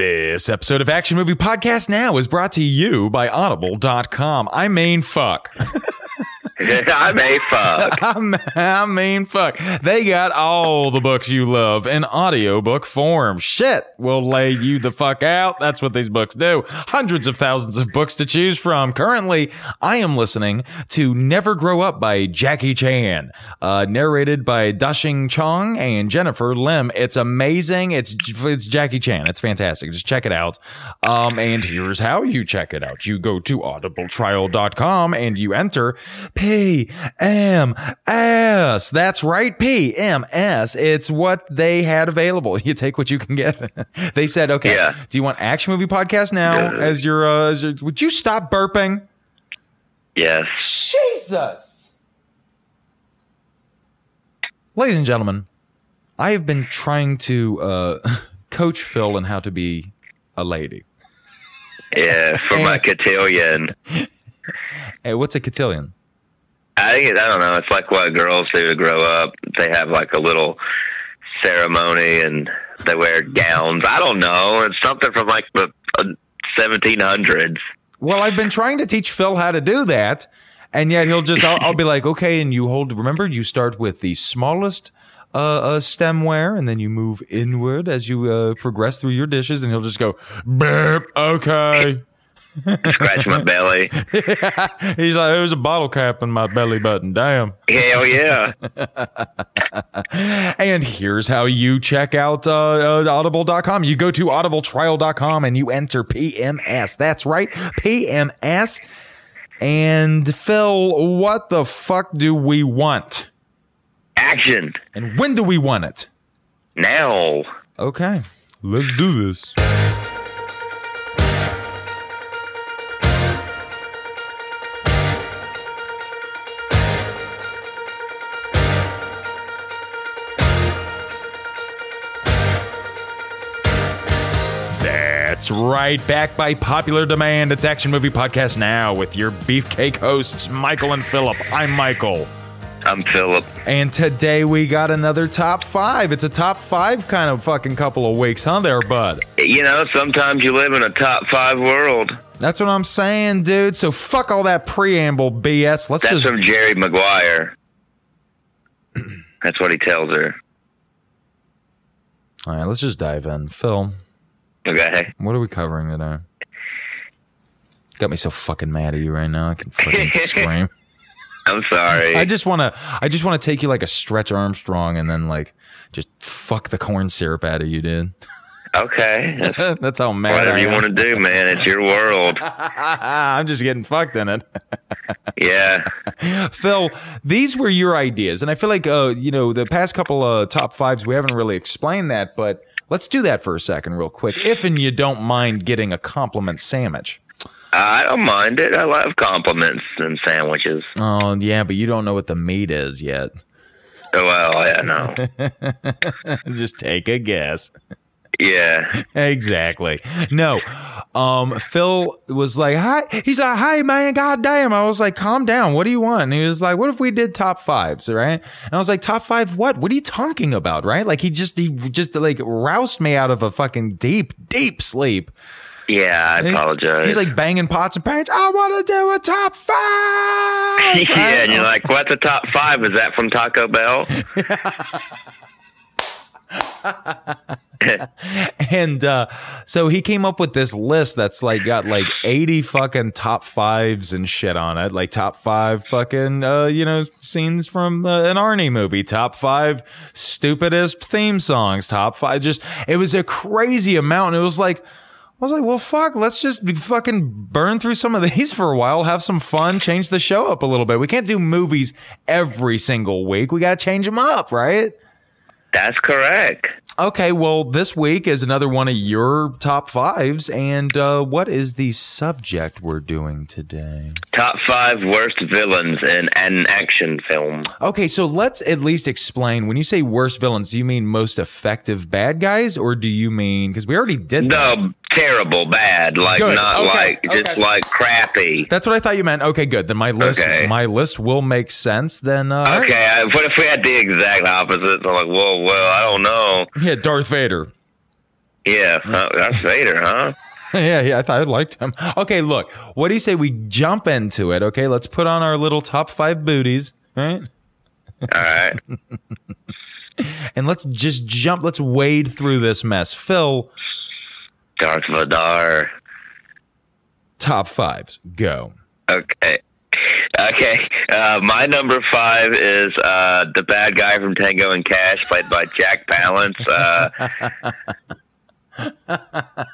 This episode of Action Movie Podcast Now is brought to you by Audible.com. I mean, fuck. I may fuck. I m- I mean, fuck. They got all the books you love in audiobook form. Shit will lay you the fuck out. That's what these books do. Hundreds of thousands of books to choose from. Currently, I am listening to Never Grow Up by Jackie Chan, uh, narrated by Dashing Chong and Jennifer Lim. It's amazing. It's it's Jackie Chan. It's fantastic. Just check it out. Um, and here's how you check it out. You go to audibletrial.com and you enter P M S. That's right, P M S. It's what they had available. You take what you can get. they said, okay, Yeah. do you want action movie podcast now Yeah. as your uh, as your, would you stop burping? Yes. Jesus. Ladies and gentlemen, I have been trying to uh, coach Phil in how to be a lady. Yeah. For my cotillion. Hey, what's a cotillion? I think it, I don't know. It's like what girls do to grow up. They have like a little ceremony and they wear gowns. I don't know. It's something from like the uh, 1700s. Well, I've been trying to teach Phil how to do that, and yet he'll just, I'll, I'll be like, okay, and you hold, remember, you start with the smallest uh, uh, stemware, and then you move inward as you uh, progress through your dishes, and he'll just go, burp, okay. Scratch my belly. He's like, there's a bottle cap in my belly button, damn. Hell yeah. And here's how you check out uh, uh, audible.com. You go to audibletrial.com and you enter PMS. That's right, PMS. And Phil, what the fuck do we want? Action. And when do we want it? Now. Okay, let's do this. That's right. Back by popular demand, it's Action Movie Podcast Now with your beefcake hosts, Michael and Philip. I'm Michael. I'm Philip. And today we got another top five. It's a top five kind of fucking couple of weeks, huh, there, bud? You know, sometimes you live in a top five world. That's what I'm saying, dude. So fuck all that preamble BS. Let's That's just. from Jerry Maguire. That's what he tells her. all right, let's just dive in. Phil, Okay. what are we covering today? Got me so fucking mad at you right now. I can fucking scream. I'm sorry. I just want to. I just want to take you like a Stretch Armstrong and then like just fuck the corn syrup out of you, dude. okay. That's That's how mad whatever I you am. want to do, man. It's your world. I'm just getting fucked in it. Yeah. Phil, these were your ideas, and I feel like uh, you know the past couple uh, top fives we haven't really explained that, but let's do that for a second, real quick, if and you don't mind getting a compliment sandwich. I don't mind it. I love compliments and sandwiches. Oh yeah, but you don't know what the meat is yet. Oh, Well, yeah, no. Just take a guess. Yeah. exactly. No, um, Phil was like, "Hi." He's like, "Hi, man. God damn." I was like, "Calm down. What do you want?" And he was like, "What if we did top fives, right?" And I was like, "Top five? What? What are you talking about, right?" Like he just he just like roused me out of a fucking deep deep sleep. Yeah, I He's- apologize. He's like banging pots and pans. I want to do a top five. yeah, and you're like, what's the top five? Is that from Taco Bell? And uh, so he came up with this list that's like got like 80 fucking top fives and shit on it. Like top five fucking, uh, you know, scenes from uh, an Arnie movie, top five stupidest theme songs, top five. Just, it was a crazy amount. And it was like, I was like, well, fuck, let's just be fucking burn through some of these for a while, have some fun, change the show up a little bit. We can't do movies every single week. We got to change them up, right? That's correct. Okay, well, this week is another one of your top fives. And uh, what is the subject we're doing today? Top five worst villains in an action film. Okay, so let's at least explain when you say worst villains, do you mean most effective bad guys, or do you mean because we already did that? No, terrible, bad. Like, Good. not Okay, like, just okay. like crappy. That's what I thought you meant. Okay, good. Then my list, Okay. my list will make sense. Then uh, all right. Okay, I, what if we had the exact opposite? I'm like, whoa, well, I don't know. yeah, Darth Vader. Yeah, uh, that's Vader, huh? yeah, yeah, I thought I liked him. Okay, look, what do you say we jump into it? Okay, let's put on our little top five booties, right? All right. And let's just jump. Let's wade through this mess. Phil, Darth Vadar. top fives, go. Okay. Okay. Uh, my number five is uh, the bad guy from Tango and Cash, played by Jack Palance. Uh,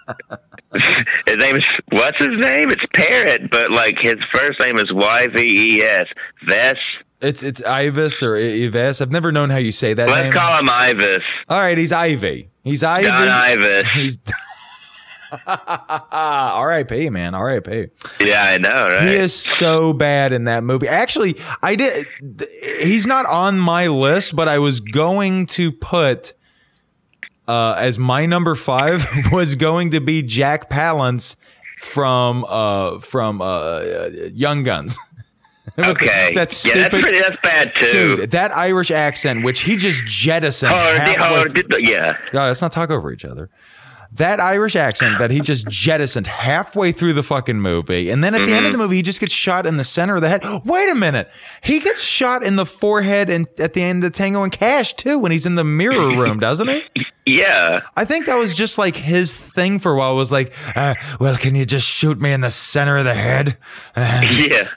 his name is what's his name? It's Parrot, but like his first name is Y V E S. Vess. It's it's Ivis or I- Ives. I've never known how you say that name. Let's call him Ivis. All right, he's Ivy. He's Ivy. Don Ivis. He's R.I.P. Man, R.I.P. Yeah, I know, right? He is so bad in that movie. Actually, I did. th- He's not on my list, but I was going to put uh, as my number five was going to be Jack Palance from uh, from uh, uh, Young Guns. Okay. That's yeah, stupid. that's pretty. That's bad too. Dude, that Irish accent, which he just jettisoned. Hardy, halfway hardy, oh, yeah. no, let's not talk over each other. That Irish accent that he just jettisoned halfway through the fucking movie. And then at the end of the movie, he just gets shot in the center of the head. Wait a minute. He gets shot in the forehead and at the end of Tango and Cash, too, when he's in the mirror room, doesn't he? Yeah. I think that was just like his thing for a while was like, uh, well, can you just shoot me in the center of the head? Uh, Yeah.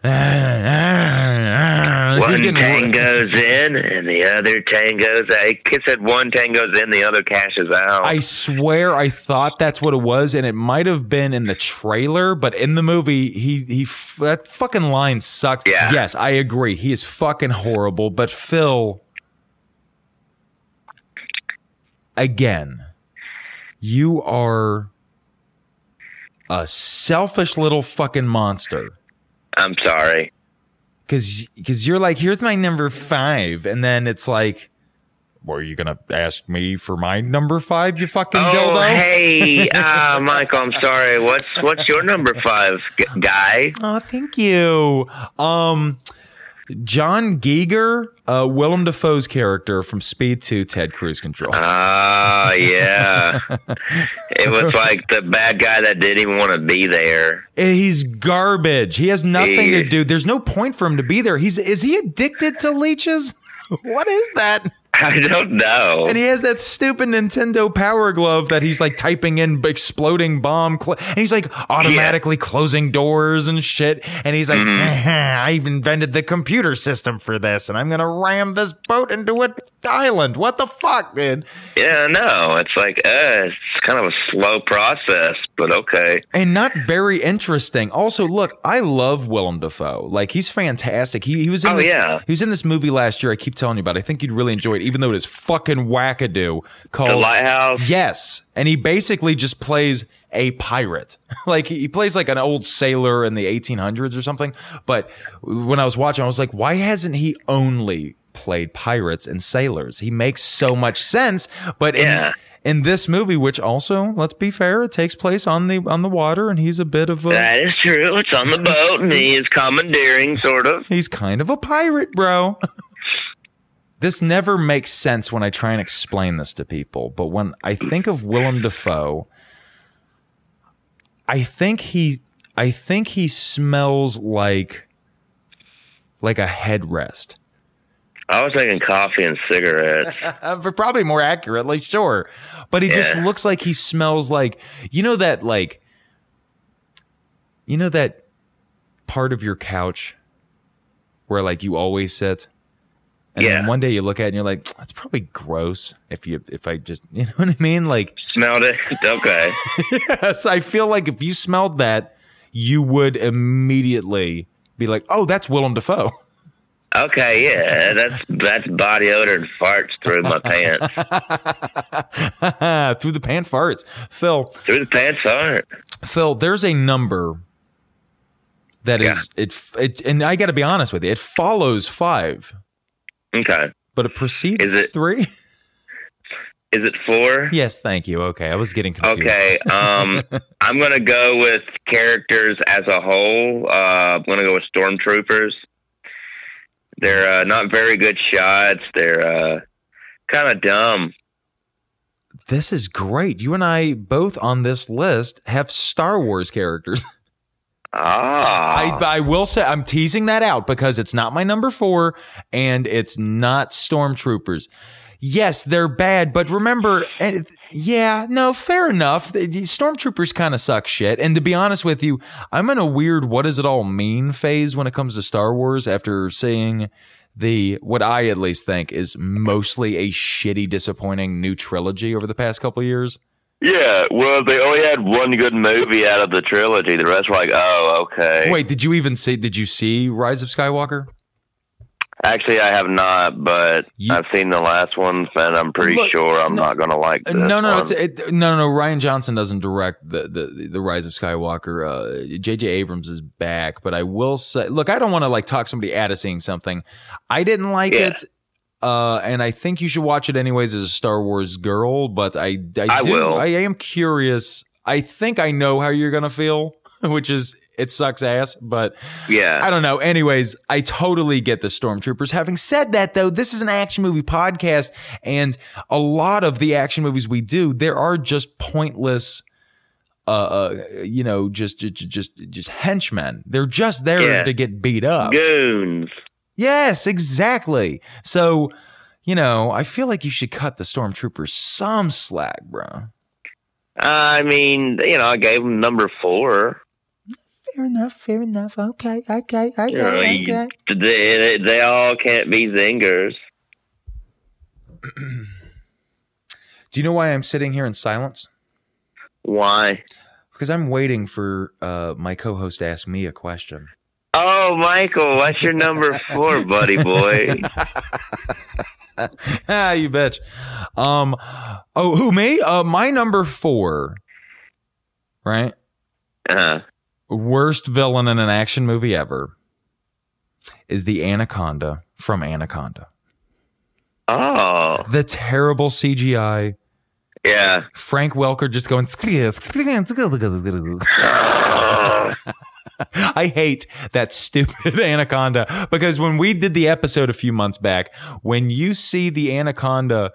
One he's getting tango's in and the other tango's out. It said one tango's in, the other cashes out. I swear I thought that's what it was, and it might have been in the trailer, but in the movie, he he f- that fucking line sucks. Yeah. Yes, I agree. He is fucking horrible. But Phil, again, you are a selfish little fucking monster I'm sorry. because because you're like here's my number five and then it's like were you gonna ask me for my number five you fucking Oh, dildo hey, uh, Michael, I'm sorry. What's what's your number five g- guy? oh thank you um john Giger, uh willem dafoe's character from speed 2 ted cruise control Ah, yeah. it was like the bad guy that didn't even want to be there. he's garbage he has nothing to He- do there's no point for him to be there he's is he addicted to leeches what is that I don't know. And he has that stupid Nintendo Power Glove that he's like typing in exploding bomb, cl- and he's like automatically closing doors and shit. And he's like, Mm-hmm. "I've invented the computer system for this, and I'm gonna ram this boat into an island." What the fuck, dude? Yeah, no. It's like uh, it's kind of a slow process, but okay. And not very interesting. Also, look, I love Willem Dafoe. Like he's fantastic. He he was in Oh, this, yeah. he was in this movie last year. I keep telling you about. it. I think you'd really enjoy it, even though it is fucking wackadoo. Called The lighthouse. Yes. And he basically just plays a pirate. like he he plays like an old sailor in the 1800s or something. But when I was watching, I was like, why hasn't he only played pirates and sailors? He makes so much sense. But in- Yeah. in, this movie, which also, let's be fair, it takes place on the on the water and he's a bit of a That is true. It's on the boat, and he is commandeering, sort of. He's kind of a pirate, bro. this never makes sense when I try and explain this to people, but when I think of Willem Dafoe, I think he I think he smells like like a headrest. I was making coffee and cigarettes. Uh, for probably more accurately, sure. But he just Yeah. looks like he smells like you know that like you know that part of your couch where like you always sit. And then Yeah. one day you look at it and you're like, that's probably gross if you if I just you know what I mean? Like Smelled it. Okay. yes, I feel like if you smelled that, you would immediately be like, Oh, that's Willem Dafoe. Okay. Yeah. That's that's body odor and farts through my pants. Uh, Through the pant farts. Phil, Through the pants fart. Phil, there's a number that is Yeah. it, it and I got to be honest with you, it follows 5, Okay. but it precedes Is it- 3. Is it four? yes, thank you. Okay, I was getting confused. Okay. Um, I'm gonna go with characters as a whole. Uh, I'm gonna go with stormtroopers. They're uh, not very good shots. They're uh, kind of dumb. This is great. You and I both on this list have Star Wars characters. Ah, I, I will say I'm teasing that out because it's not my number four and it's not stormtroopers. Yes, they're bad, but remember, and yeah, no, fair enough. The- the Stormtroopers kind of suck shit. And to be honest with you, I'm in a weird what does it all mean phase when it comes to Star Wars after seeing the what I at least think is mostly a shitty, disappointing new trilogy over the past couple of years. yeah. Well, they only had one good movie out of the trilogy. The rest were like, oh, okay. Wait, did you even see? Did you see Rise of Skywalker? Actually, I have not, but You- I've seen the last one, and I'm pretty Look, sure I'm no- not going to like Uh, this. no, no, one. it's, it, no, no, no. Ryan Johnson doesn't direct the the, the Rise of Skywalker. Uh, J.J. Abrams is back, but I will say, look, I don't want to like talk somebody out of seeing something. I didn't like Yeah. it, uh, and I think you should watch it anyways as a Star Wars girl. But I, I, I do- will. I am curious. I think I know how you're gonna feel, which is it sucks ass, but yeah. I don't know. Anyways, I totally get the stormtroopers. Having said that, though, this is an action movie podcast, and a lot of the action movies we do, there are just pointless, uh, uh you know, just just just just henchmen. They're just there Yeah. to get beat up. Goons. Yes, exactly. So, you know, I feel like you should cut the stormtroopers some slack, bro. I mean, you know, I gave him number four. Fair enough. Fair enough. Okay. Okay. Okay. You know, you- they, they all can't be zingers. Do you know why I'm sitting here in silence? Why? Because I'm waiting for uh, my co-host to ask me a question. Oh, Michael, what's your number four, buddy boy? ah, you bitch. Um, oh, who me? Uh, my number four. Right, Uh, worst villain in an action movie ever is the Anaconda from Anaconda. oh, The terrible CGI. yeah. Frank Welker just going. I hate that stupid anaconda because when we did the episode a few months back, when you see the anaconda,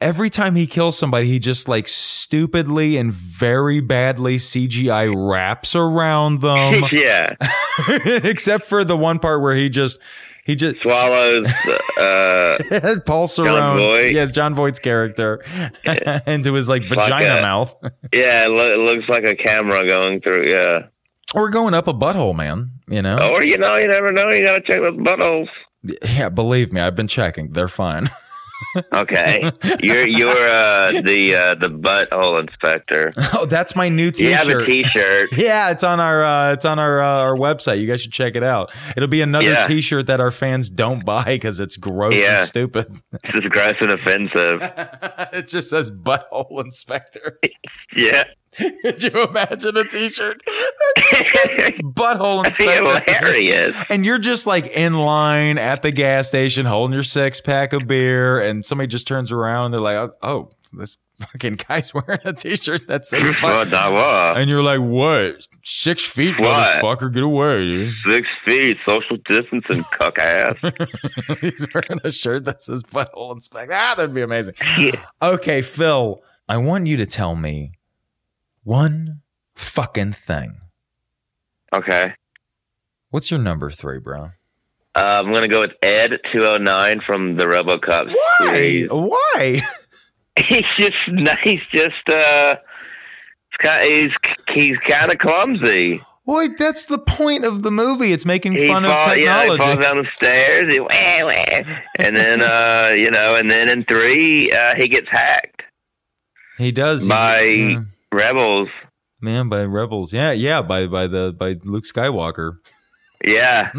every time he kills somebody, he just like stupidly and very badly CGI wraps around them, yeah. except for the one part where he just he just Swallows. Uh, Paul Cerrone, Voight. yes, John Voight's character, into his like Fuck vagina that. mouth. yeah, it, lo- it looks like a camera going through. Yeah. Or going up a butthole, man. You know, Or, you know, you never know. You got to check the buttholes. yeah. Believe me, I've been checking; they're fine. Okay. You're you're uh, the uh, the butthole inspector. Oh, that's my new You have a T-shirt. T-shirt. Yeah, it's on our uh, it's on our uh, our website. You guys should check it out. It'll be another Yeah. T-shirt that our fans don't buy because it's gross Yeah. and stupid. This is gross and offensive. it just says "butthole inspector." Yeah. Could you imagine a T-shirt? Butthole inspector. hilarious. And you're just like in line at the gas station holding your six pack of beer, and somebody just turns around. And they're like, "Oh, oh, this fucking guy's wearing a T-shirt that says Well, butt." that was And you're like, what? Six feet, What? motherfucker, get away, dude. Six feet, social distancing, cuck ass. He's wearing a shirt that says butthole inspect. Ah, that'd be amazing. Okay, Phil, I want you to tell me one fucking thing. okay. What's your number three, bro? Uh, I'm going to go with Ed 209 from the RoboCop series. Why? He's just, he's just, uh, he's kind of, he's, he's kind of clumsy. Wait, that's the point of the movie. It's making He fun fall- of yeah, he technology. falls down the stairs, he, wah, wah. and then, uh, you know, and then in three, uh, he gets hacked. he does. He- By- yeah. Rebels. man by rebels. Yeah, yeah, by by the by Luke Skywalker. Yeah.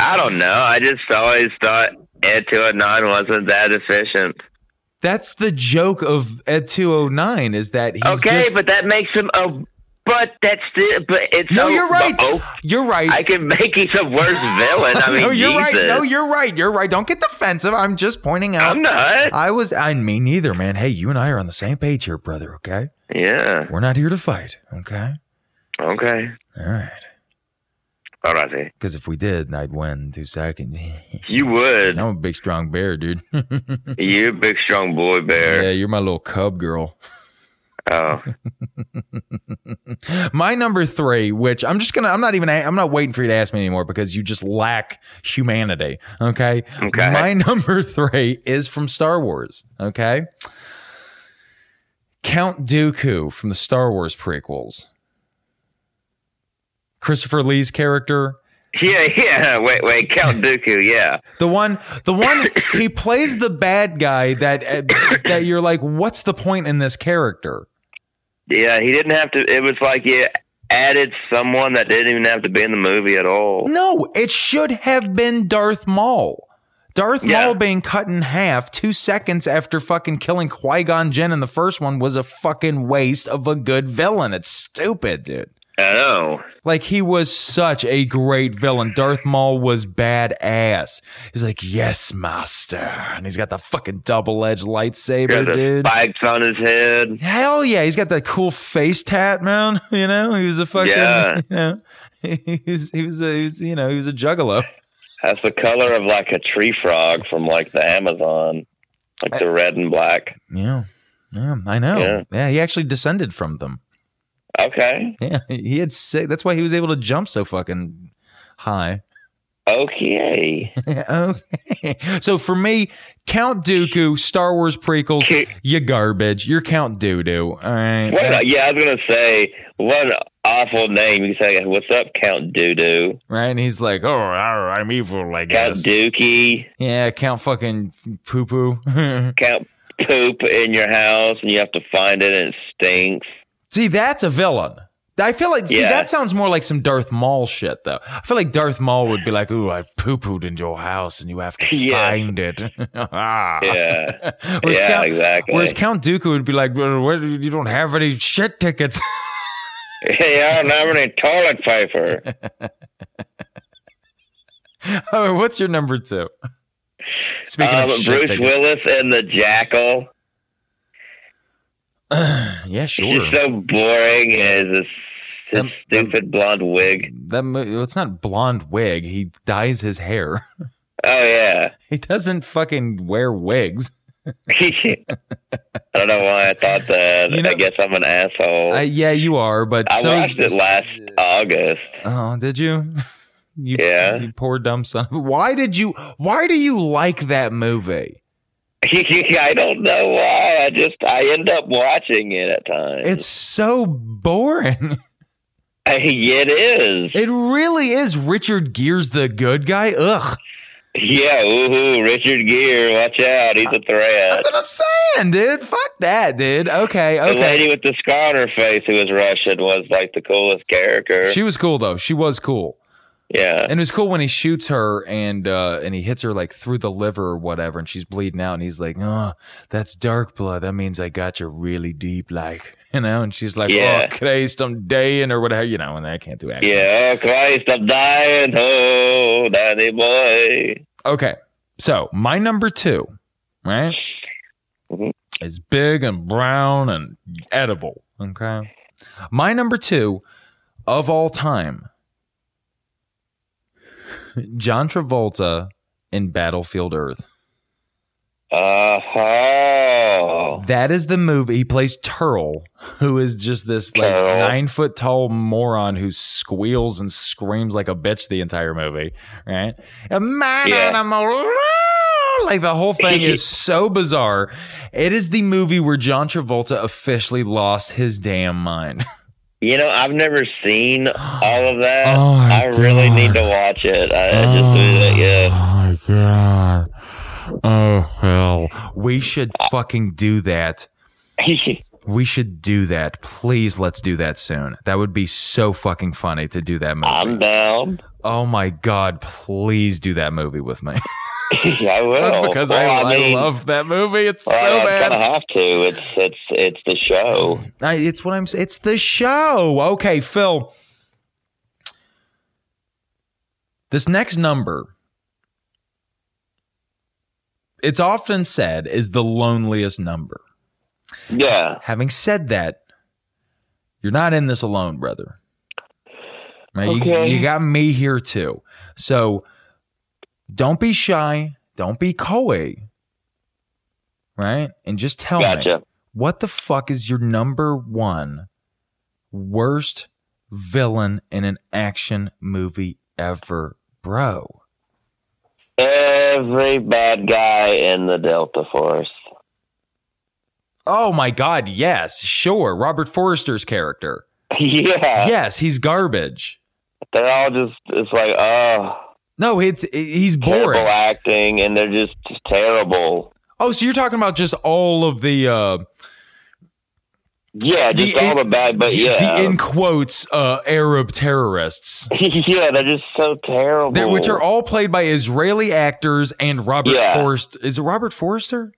I don't know. I just always thought Ed 209 wasn't that efficient. That's the joke of Ed 209 is that he's okay, just, but that makes him a. But that's the. But it's No, oh, you're right. but, oh, you're right. I can make he's a worse villain. I mean, no, you're Jesus. right. No, you're right. You're right. Don't get defensive. I'm just pointing out. I'm not. I was. I me neither, man. Hey, you and I are on the same page here, brother. Okay, Yeah. we're not here to fight. Okay. Okay. All right. All righty. Because if we did, I'd win in two seconds. You would. I'm a big, strong bear, dude. You're a big, strong boy bear. yeah, you're my little cub girl. Oh, My number three, which I'm just gonna, I'm not even, I'm not waiting for you to ask me anymore because you just lack humanity. Okay. Okay. My number three is from Star Wars. Okay. Count Dooku from the Star Wars prequels. Christopher Lee's character, yeah, yeah. Wait, wait. Count Dooku. Yeah. the one, the one he plays the bad guy that that you're like, what's the point in this character? Yeah, he didn't have to. It was like you added someone that didn't even have to be in the movie at all. No, it should have been Darth Maul. Darth Yeah. Maul being cut in half two seconds after fucking killing Qui Gon Jinn in the first one was a fucking waste of a good villain. It's stupid, dude. I know. Like he was such a great villain. Darth Maul was badass. He's like, "Yes, master," and he's got the fucking double-edged Got lightsaber, the dude. spikes on his head. Hell yeah, he's got that cool face tat, man. You know, he was a fucking, Yeah. you know, he was, he was, a, he was, you know, he was a juggalo. That's the color of like a tree frog from like the Amazon, like the red and black. Yeah. Yeah, I know. Yeah. Yeah. he actually descended from them. Okay. Yeah, he had sick. That's why he was able to jump so fucking high. Okay. okay. So for me, Count Dooku, Star Wars prequels, Ki- you garbage. You're Count Doodoo. All right. What? a- yeah, I was gonna say what an awful name. You say, "What's up, Count Doodoo? Right? And he's like, oh, all right, I'm evil, I Count guess. Dookie? yeah, Count fucking poo poo. Count poop in your house, and you have to find it, and it stinks." See, that's a villain. I feel like see Yeah. that sounds more like some Darth Maul shit though. I feel like Darth Maul would be like, "Ooh, I poo pooed in your house, and you have to Yeah. find it." Ah. Yeah. Whereas yeah. Count, exactly. Whereas Count Dooku would be like, "Well, where- "You don't have any shit tickets." Hey, I don't have any toilet paper. oh, what's your number two? Speaking Um, of shit Bruce tickets, Willis and the Jackal. yeah, He's sure. so boring. Is his, his Um, stupid blonde wig? That mo- well, it's not blonde wig. He dyes his hair. Oh yeah. He doesn't fucking wear wigs. I don't know why I thought that. You know- I guess I'm an asshole. Uh, I, yeah, you are, but so Oh. watched it last August. Oh, did you? You, Yeah. you poor dumb son. Why did you? Why do you like that movie? I don't know why. I just I end up watching it at times. It's so boring. Hey, it is. It really is. Richard Gere's the good guy. Ugh, yeah. Ooh, Richard Gere, watch out. He's a threat. that's what I'm saying, dude. Fuck that, dude. Okay, The okay. lady with the scar on her face who was Russian was like the coolest character. She was cool though. She was cool, yeah. and it was cool when he shoots her and uh, and he hits her like through the liver or whatever, and she's bleeding out, and he's like, "Oh, that's dark blood. That means I got you really deep, like." You know, and she's like, Yeah. "Oh, Christ, I'm dying," or whatever. You know, and I can't do accents. Yeah, oh Christ, I'm dying. Oh, Danny boy. Okay. So my number two, right, Mhm. is big and brown and edible. Okay. My number two of all time, John Travolta in Battlefield Earth. Oh, That is the movie. He plays Turl, who is just this like Turl. nine foot tall moron who squeals and screams like a bitch the entire movie. Right? A man Yeah. animal. Like the whole thing is so bizarre. It is the movie where John Travolta officially lost his damn mind. you know, I've never seen all of that. Oh, my I really God. need to watch it. I, I just really, yeah. Oh my god. Oh hell. We should fucking do that. Oh. We should do that. Please, let's do that soon. That would be so fucking funny to do that movie. I'm down. oh my god, please do that movie with me. I will. because Well, I, I mean, love that movie. It's so well, I bad. kind of have to. It's it's it's the show. I, it's what I'm. s- It's the show. Okay, Phil. This next number, it's often said, is the loneliest number. Yeah. Having said that, you're not in this alone, brother. Now, you- Okay. you got me here too. So don't be shy. Don't be coy. Right? And just tell me Gotcha. what the fuck is your number one worst villain in an action movie ever, bro? Every bad guy in the Delta Force. Oh my god, yes, sure. Robert Forrester's character. Yeah, Yes, he's garbage. they're all just. It's like, oh, No, it's he's boring. terrible acting, and they're just terrible. Oh, so you're talking about just all of the uh Yeah, just The all in- the bad. But yeah, the in quotes uh Arab terrorists. yeah, they're just so terrible. That, which are all played by Israeli actors and Robert Yeah. Forrest. Is it Robert Forrester?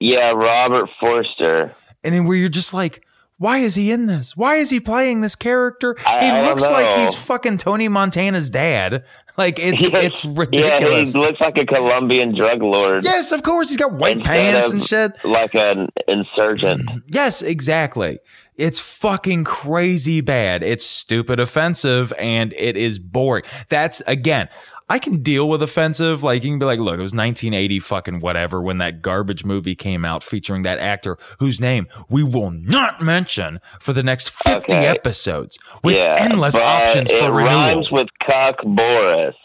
yeah, Robert Forster. And then where you're just like, why is he in this? Why is he playing this character? I- he I don't looks like know. he's fucking Tony Montana's dad. Like it's Yeah. it's Yeah, ridiculous. he looks like a Colombian drug lord, yes, of course he's got white Instead pants of- and shit. like an insurgent. Yes, exactly. It's fucking crazy bad. It's stupid offensive and it is boring. That's again, I can deal with offensive. Like you can be like, look, it was 1980 fucking whatever when that garbage movie came out featuring that actor whose name we will not mention for the next 50 Okay. episodes with yeah, endless but options it for renewal. rhymes with cock Boris.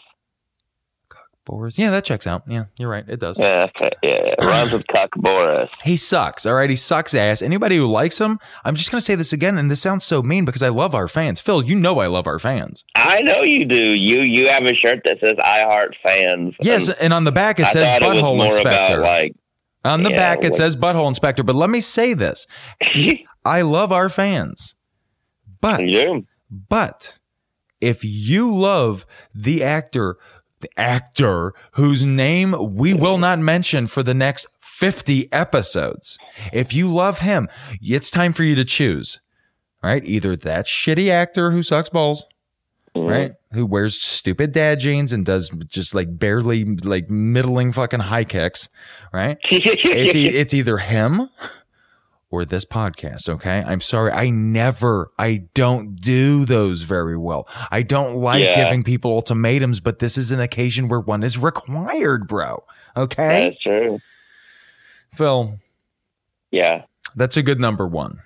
Boris. Yeah, that checks out. Yeah, you're right. It does. Yeah, okay, yeah, it rhymes with cock Boris. He sucks. All right. He sucks ass. Anybody who likes him, I'm just going to say this again. And this sounds so mean because I love our fans. Phil, you know I love our fans. I know you do. You you have a shirt that says "I heart fans." Yes. And And on the back, it Um, I says thought it was butthole more inspector. about like. on the yeah, back, it like- says butthole inspector. But let me say this I love our fans. But, you. but if you love the actor, the actor whose name we will not mention for the next 50 episodes, if you love him, it's time for you to choose. All right. Either that shitty actor who sucks balls Mm-hmm. right? Who wears stupid dad jeans and does just like barely like middling fucking high kicks, right? It's, e- it's either him or this podcast, okay? I'm sorry. I never, I don't do those very well. I don't like Yeah. giving people ultimatums, but this is an occasion where one is required, bro. Okay? That's true. Phil, Yeah. that's a good number one.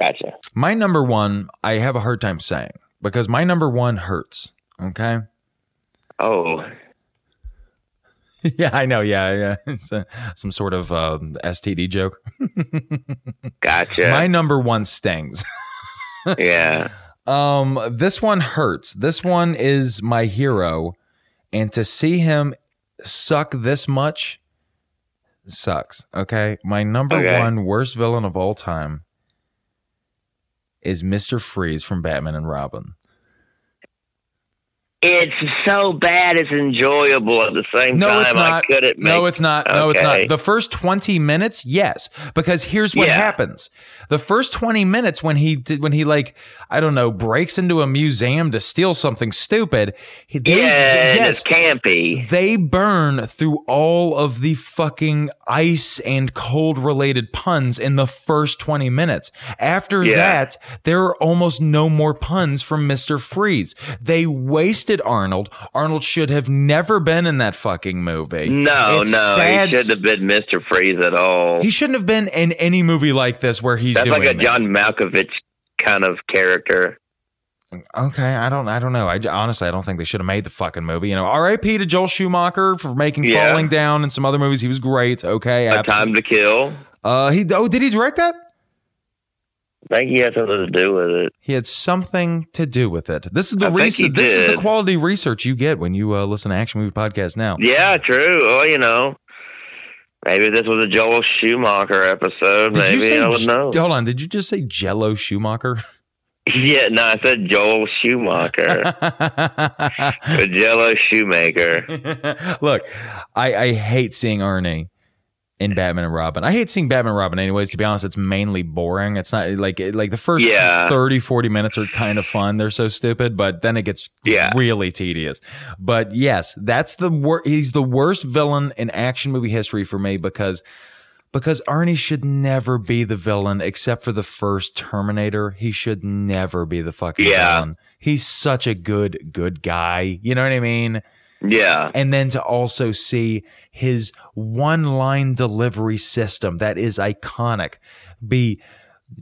Gotcha. My number one, I have a hard time saying because my number one hurts, okay? Oh, Yeah, I know. Yeah, yeah. It's uh some sort of um, STD joke. gotcha. My number one stings. yeah. Um, this one hurts. This one is my hero, and to see him suck this much sucks. Okay, my number Okay. one worst villain of all time is Mister Freeze from Batman and Robin. It's so bad. It's enjoyable at the same No, time. it's I not. couldn't make. No, it's not. No, it's Okay. not. The first 20 minutes, yes, because here's what Yeah. happens. The first 20 minutes when he did, when he like, I don't know, breaks into a museum to steal something stupid. he- They, yeah. and yes. It's campy. They burn through all of the fucking ice and cold related puns in the first 20 minutes. After Yeah. that, there are almost no more puns from Mr. Freeze. They wasted Arnold. Arnold should have never been in that fucking movie. No, It's no, sad he shouldn't have been Mister Freeze at all. he shouldn't have been in any movie like this where he's That's doing like a that. John Malkovich kind of character. Okay, I don't, I don't know. I j- honestly, I don't think they should have made the fucking movie. You know, R.I.P. to Joel Schumacher for making Yeah. Falling Down and some other movies. He was great. Okay, A absolutely. Time to Kill. Uh, he oh, did he direct that? I think he had something to do with it. He had something to do with it. This is I the think he reason. This is did. the quality research you get when you uh, listen to Action Movie Podcast now. Yeah, true. Oh, you know, maybe this was a Joel Schumacher episode. Did you maybe say I would J- know. Hold on, did you just say Jello Schumacher? Yeah, no, I said Joel Schumacher. But Jello Shoemaker. Look, I, I hate seeing Ernie in Batman and Robin. I hate seeing Batman and Robin anyways. To be honest, it's mainly boring. It's not like like the first Yeah. thirty forty 30, 40 minutes are kind of fun. They're so stupid, but then it gets Yeah. really tedious. But yes, that's the wor- he's the worst villain in action movie history for me because because Ernie should never be the villain except for the first Terminator. He should never be the fucking Yeah. villain. He's such a good, good guy. You know what I mean? Yeah. And then to also see his one line delivery system that is iconic be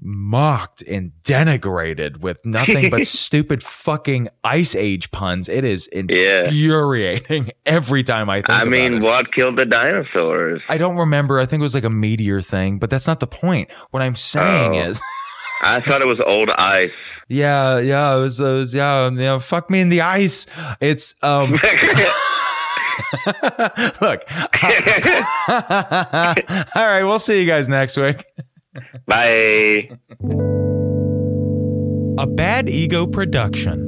mocked and denigrated with nothing but stupid fucking ice age puns. It is Yeah. infuriating every time I think I about mean, it. what killed the dinosaurs? I don't remember. I think it was like a meteor thing, but that's not the point. What I'm saying Oh. is, I thought it was old ice. yeah, yeah, it was, it was yeah, you know, fuck me in the ice. It's um, look. All right, we'll see you guys next week. Bye. A bad ego production.